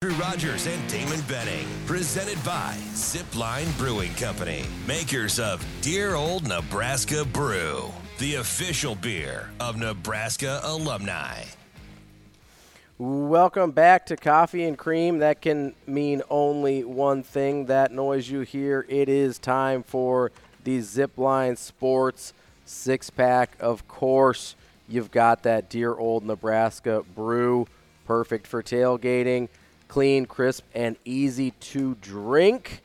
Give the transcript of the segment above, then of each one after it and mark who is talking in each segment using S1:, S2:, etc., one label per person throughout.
S1: Drew Rogers and Damon Benning, presented by Zipline Brewing Company, makers of Dear Old Nebraska Brew, the official beer of Nebraska alumni.
S2: Welcome back to Coffee and Cream. That can mean only one thing. That noise you hear, it is time for the Zipline Sports six pack. Of course, you've got that dear old Nebraska brew, perfect for tailgating, clean, crisp, and easy to drink.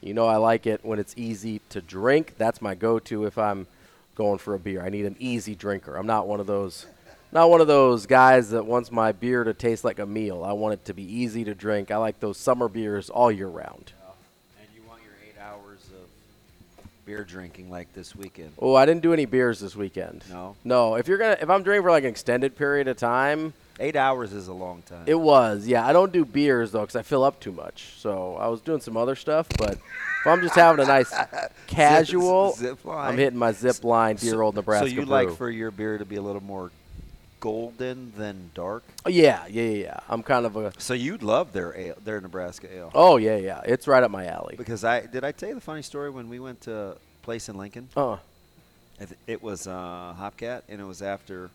S2: You know, I like it when it's easy to drink. That's my go-to if I'm going for a beer. I need an easy drinker. I'm not one of those, not one of those guys that wants my beer to taste like a meal. I want it to be easy to drink. I like those summer beers all year round.
S3: And you want your eight hours of beer drinking like this weekend.
S2: Oh, I didn't do any beers this weekend.
S3: No?
S2: no. If you're gonna, if I'm drinking for like an extended period of time,
S3: Eight hours is a long time.
S2: it was. Yeah, I don't do beers though because I fill up too much. So I was doing some other stuff, but if I'm just having a nice casual,
S3: zip line.
S2: I'm hitting my zip line, dear old Nebraska.
S3: So you like
S2: brew.
S3: for your beer to be a little more golden than dark?
S2: Yeah, yeah, yeah, yeah. I'm kind of a.
S3: So you'd love their ale, their Nebraska ale.
S2: Oh yeah, yeah. It's right up my alley.
S3: Because I did I tell you the funny story when we went to a place in Lincoln?
S2: Uh,
S3: It- It was uh, Hopcat, and it was after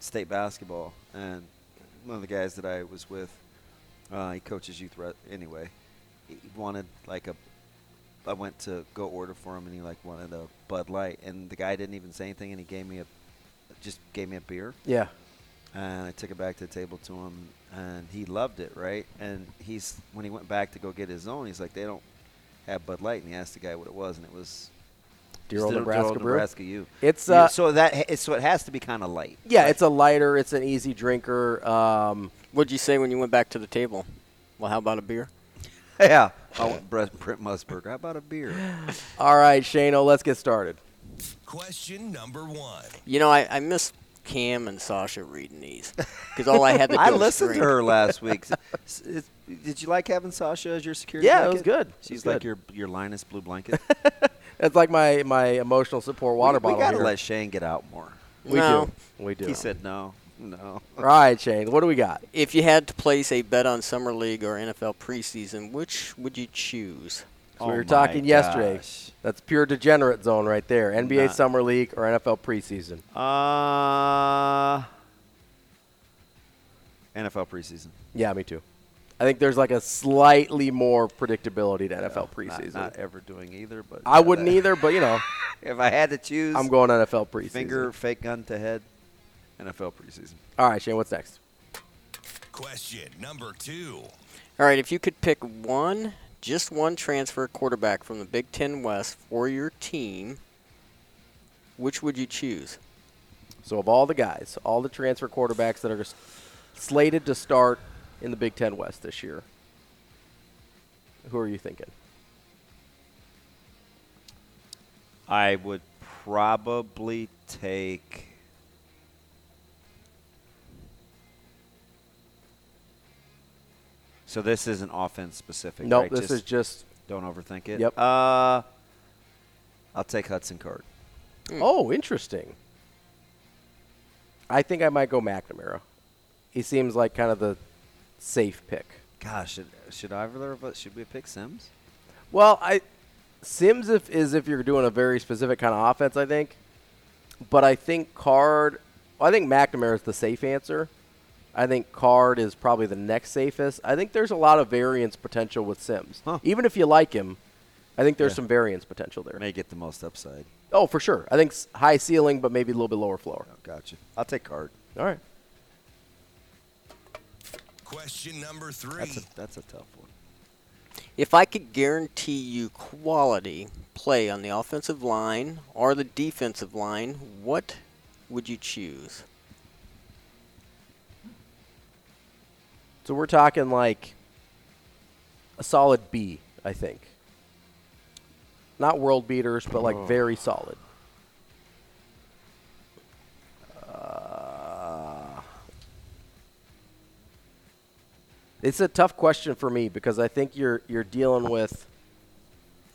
S3: state basketball. And one of the guys that I was with, uh, he coaches youth re- anyway. He wanted like a. I went to go order for him, and he like wanted a Bud Light, and the guy didn't even say anything, and he gave me a, just gave me a beer
S2: yeah.
S3: and I took it back to the table to him, and he loved it, right? And he's when he went back to go get his own, he's like, they don't have Bud Light, and he asked the guy what it was, and it was
S2: Dear
S3: just
S2: old
S3: the
S2: Nebraska brew.
S3: Nebraska U.
S2: It's,
S3: You-
S2: uh,
S3: so that ha- it's- so it has to be kind of light.
S2: Yeah, it's a lighter. It's an easy drinker. Um,
S4: What'd you say when you went back to the table? Well, how about a beer?
S3: yeah. I want Brent, Brent Musburger. How about a beer?
S2: all right, Shano, let's get started.
S1: Question number one.
S4: You know, I, I miss Cam and Sasha reading these because all I had to do
S3: I
S4: was
S3: listened to
S4: drink.
S3: her last week. S- it's- did you like having Sasha as your security?
S2: Yeah, it was
S3: blanket?
S2: good. It
S3: She's
S2: was
S3: like
S2: good.
S3: your your Linus blue blanket.
S2: That's like my, my emotional support water
S3: we,
S2: bottle.
S3: We gotta
S2: here.
S3: let Shane get out more.
S2: we
S4: No.
S2: do. We do.
S3: He said no, no.
S2: all right, Shane, what do we got?
S4: If you had to place a bet on summer league or NFL preseason, which would you choose?
S2: So we
S3: Oh
S2: were talking
S3: my
S2: yesterday.
S3: gosh.
S2: That's pure degenerate zone right there. NBA
S3: Nah.
S2: Summer League or NFL preseason.
S3: Uh, NFL preseason.
S2: Yeah, me too. I think there's like a slightly more predictability to NFL
S3: Not-
S2: preseason.
S3: Not, ever doing either, but
S2: I
S3: yeah,
S2: wouldn't
S3: that-
S2: either, but you know,
S3: If I had to choose,
S2: I'm going NFL preseason.
S3: finger fake gun to head. NFL preseason.
S2: All right, Shane, what's next?
S1: Question number two.
S4: All right, if you could pick one, just one transfer quarterback from the Big Ten West for your team, which would you choose?
S2: So of all the guys, all the transfer quarterbacks that are s- slated to start in the Big Ten West this year, who are you thinking?
S3: I would probably take. So this isn't offense specific.
S2: No,
S3: right?
S2: this is just.
S3: don't overthink it.
S2: Yep.
S3: Uh, I'll take Hudson Card.
S2: Oh, interesting. I think I might go McNamara. He seems like kind of the safe pick.
S3: Gosh, should, should either of us should we pick Sims?
S2: Well, I Sims if, is if you're doing a very specific kind of offense, I think. But I think Card, I think McNamara is the safe answer. I think Card is probably the next safest. I think there's a lot of variance potential with Sims.
S3: Huh.
S2: Even if you like him, I think there's
S3: Yeah.
S2: some variance potential there.
S3: May get the most upside.
S2: Oh, for sure. I think s- high ceiling, but maybe a little bit lower floor.
S3: Oh, Gotcha. I'll take Card.
S2: All right.
S1: Question number three.
S3: That's a that's a tough one.
S4: If I could guarantee you quality play on the offensive line or the defensive line, what would you choose?
S2: So we're talking like a solid B, I think. Not world beaters, but like very solid. Uh, it's a tough question for me because I think you're you're dealing with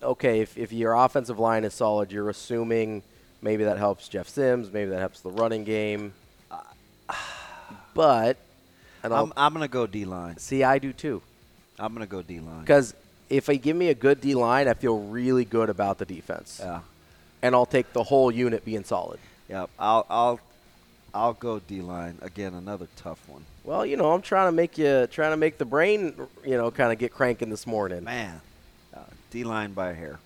S2: okay, if, if your offensive line is solid, you're assuming maybe that helps Jeff Sims, maybe that helps the running game. Uh, But and I'll
S3: I'm, I'm going to go D line.
S2: see I do too.
S3: I'm going to go D line.
S2: Because if they give me a good D line, I feel really good about the defense.
S3: Yeah.
S2: And I'll take the whole unit being solid.
S3: Yeah. I'll, I'll, I'll go D line. Again, another tough one.
S2: Well, you know, I'm trying to make you trying to make the brain, you know, kind of get cranking this morning.
S3: Man. Uh, D line by a hair.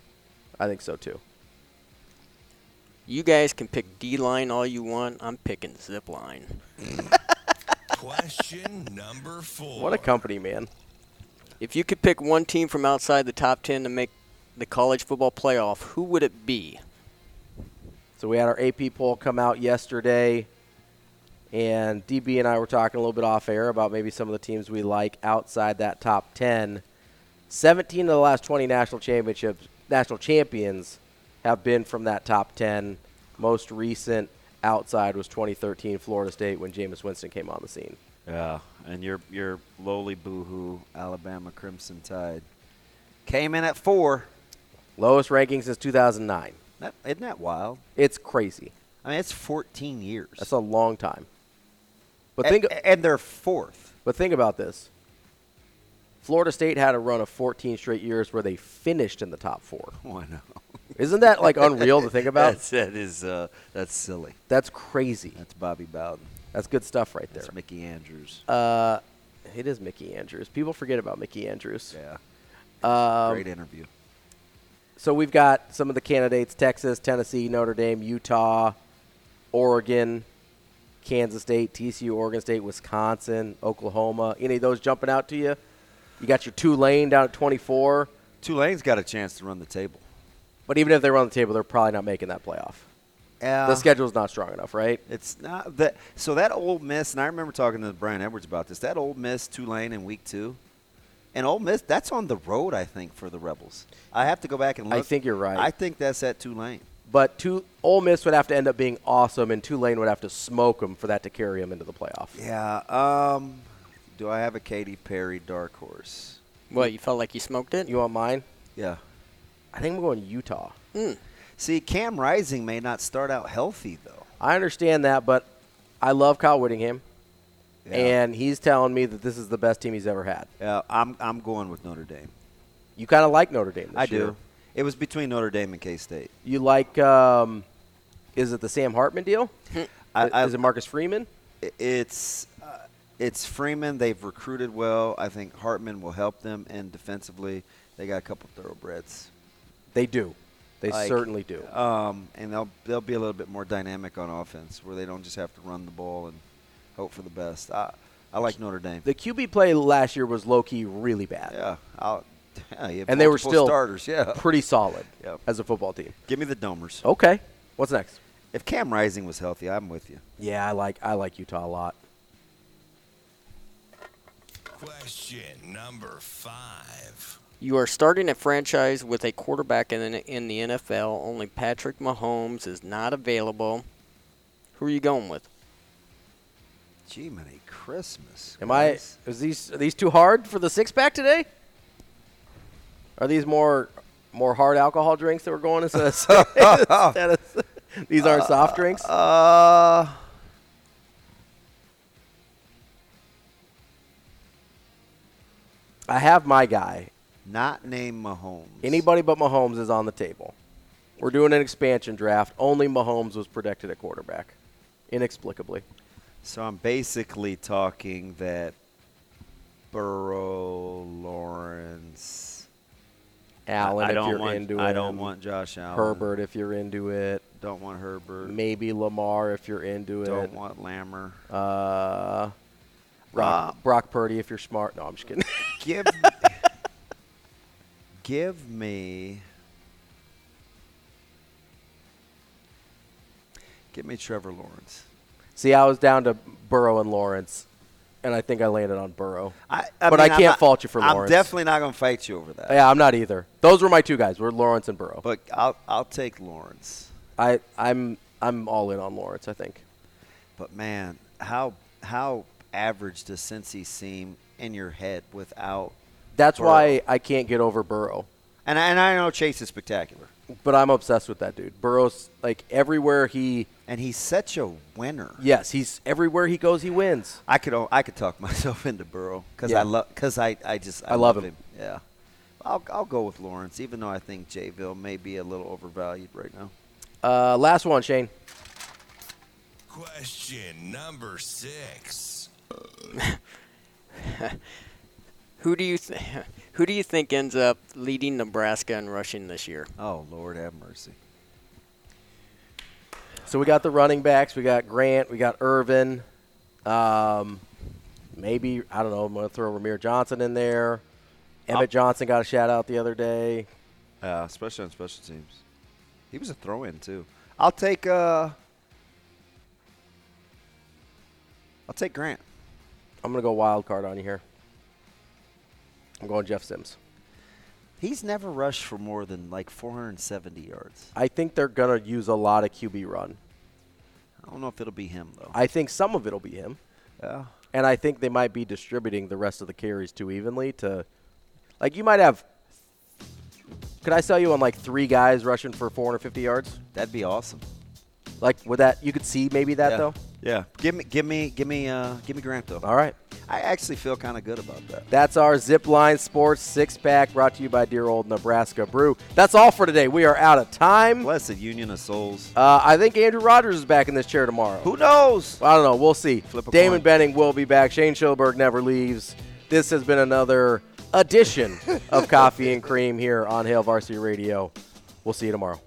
S2: I think so too.
S4: You guys can pick D line all you want. I'm picking zip line.
S1: Question number four.
S2: What a company, man.
S4: If you could pick one team from outside the top 10 to make the college football playoff, who would it be?
S2: So we had our AP poll come out yesterday, and DB and I were talking a little bit off air about maybe some of the teams we like outside that top 10. 17 of the last 20 national championships, national champions, have been from that top 10. Most recent outside was 2013 Florida State when Jameis Winston came on the scene.
S3: Yeah, and your your lowly boohoo Alabama Crimson Tide came in at four.
S2: Lowest ranking since 2009.
S3: That, isn't that wild?
S2: It's crazy.
S3: I mean, it's 14 years.
S2: That's a long time. But
S3: A-
S2: think
S3: a- and, they're fourth.
S2: But think about this. Florida State had a run of 14 straight years where they finished in the top four.
S3: Oh, I know.
S2: Isn't that like unreal to think about?
S3: That's, that is uh, that's silly.
S2: That's crazy.
S3: That's Bobby Bowden.
S2: That's good stuff right there.
S3: That's Mickey Andrews.
S2: Uh, it is Mickey Andrews. People forget about Mickey Andrews.
S3: yeah,
S2: Um,
S3: great interview.
S2: so we've got some of the candidates: Texas, Tennessee, Notre Dame, Utah, Oregon, Kansas State, TCU, Oregon State, Wisconsin, Oklahoma. Any of those jumping out to you? You got your two lane down at 24.
S3: Tulane's got a chance to run the table.
S2: But even if they were on the table, they're probably not making that playoff.
S3: Yeah,
S2: the schedule's not strong enough, right?
S3: It's not that. So that Ole Miss, and I remember talking to Brian Edwards about this. That Ole Miss Tulane in week two, and Ole Miss that's on the road. I think for the Rebels, I have to go back and
S2: I
S3: look.
S2: think you're right.
S3: I think that's at Tulane.
S2: But two, Ole Miss would have to end up being awesome, and Tulane would have to smoke them for that to carry them into the playoff.
S3: Yeah. Um, do I have a Katy Perry dark horse?
S4: Well, you felt like you smoked it?
S2: You want mine?
S3: Yeah.
S2: I think I'm going Utah.
S3: See, Cam Rising may not start out healthy though.
S2: I understand that, but I love Kyle Whittingham,
S3: Yeah.
S2: and he's telling me that this is the best team he's ever had.
S3: Yeah, I'm I'm going with Notre Dame.
S2: You kind of like Notre Dame. This
S3: I
S2: year.
S3: do. It was between Notre Dame and K State.
S2: You like? Um, is it the Sam Hartman deal?
S3: I- I-
S2: is it Marcus Freeman?
S3: I- it's uh, it's Freeman. They've recruited well. I think Hartman will help them, and defensively, they got a couple thoroughbreds.
S2: They do. They
S3: Like,
S2: certainly do.
S3: Um, and they'll they'll be a little bit more dynamic on offense, where they don't just have to run the ball and hope for the best. I I like Notre Dame.
S2: the QB play last year was low key really bad.
S3: yeah, I'll, yeah, you have
S2: and they were
S3: multiple
S2: still
S3: starters. Yeah,
S2: pretty Oh. solid
S3: Yep.
S2: as a football team.
S3: give me the Domers.
S2: Okay, what's next?
S3: If Cam Rising was healthy, I'm with you.
S2: Yeah, I like I like Utah a lot.
S1: Question number five.
S4: You are starting a franchise with a quarterback in the, in the NFL. Only Patrick Mahomes is not available. Who are you going with?
S3: Gee, many Christmas.
S2: Am I?
S3: guys.
S2: Is these are these too hard for the six pack today? Are these more more hard alcohol drinks that we're going instead of, instead of- these aren't soft drinks?
S3: Uh,
S2: I have my guy.
S3: not named Mahomes.
S2: Anybody but Mahomes is on the table. We're doing an expansion draft. Only Mahomes was predicted at quarterback, inexplicably.
S3: So I'm basically talking that Burrow, Lawrence,
S2: Allen,
S3: I
S2: if
S3: don't
S2: you're
S3: want,
S2: into it.
S3: I don't want Josh Allen.
S2: Herbert, if you're into it.
S3: Don't want Herbert.
S2: Maybe Lamar, if you're into it.
S3: Don't want Lammer.
S2: Uh, Brock,
S3: Ah.
S2: Brock Purdy, if you're smart. No, I'm just kidding.
S3: give give me give me Trevor Lawrence.
S2: See, I was down to Burrow and Lawrence. and I think I landed on Burrow.
S3: I,
S2: But I
S3: I'm
S2: can't
S3: not-
S2: fault you for
S3: I'm
S2: Lawrence.
S3: definitely not going to fight you over that.
S2: Yeah, I'm not either. Those were my two guys. Were Lawrence and Burrow.
S3: But I'll, I'll take Lawrence.
S2: I I'm I'm all in on Lawrence. I think.
S3: But man, how how average does Cincy seem in your head without?
S2: That's
S3: Burrow.
S2: why I can't get over Burrow.
S3: And I, and I know Chase is spectacular,
S2: But I'm obsessed with that dude. Burrow's like everywhere he
S3: and he's such a winner.
S2: yes he's everywhere he goes he wins.
S3: I could o- I could talk myself into Burrow because
S2: Yeah.
S3: I love because I, I just I,
S2: love him.
S3: Yeah, I'll I'll go with Lawrence, even though I think Jayville may be a little overvalued right now.
S2: Uh, last one, Shane.
S1: Question number six.
S4: Who do you th- who do you think ends up leading Nebraska in rushing this year?
S3: Oh Lord, have mercy.
S2: So we got the running backs. We got Grant. We got Irvin. Um, maybe I don't know. I'm gonna throw Ramir Johnson in there. Emmett Johnson got a shout out the other day.
S3: Uh, especially on special teams, he was a throw-in too. I'll take uh, I'll take Grant.
S2: I'm gonna go wild card on you here. I'm going Jeff Sims.
S3: He's never rushed for more than like 470 yards.
S2: I think they're gonna use a lot of QB run.
S3: I don't know if it'll be him though.
S2: I think some of it'll be him,
S3: Yeah.
S2: and I think they might be distributing the rest of the carries too evenly. To like, you might have. Could I sell you on like three guys rushing for 450 yards?
S3: that'd be awesome.
S2: Like, would that you could see maybe that
S3: yeah.
S2: though?
S3: Yeah. Give me, give me, give me, uh, give me Grant though.
S2: All right.
S3: I actually feel kind of good about that.
S2: That's our Zipline Sports Six Pack brought to you by Dear Old Nebraska Brew. That's all for today. We are out of time. Uh,
S3: Blessed union of souls.
S2: I think Andrew Rogers is back in this chair tomorrow.
S3: Who knows?
S2: I don't know. We'll see.
S3: Flip a
S2: Damon
S3: coin.
S2: Benning will be back. Shane Schilberg never leaves. This has been another edition of Coffee and Cream here on Hale Varsity Radio. We'll see you tomorrow.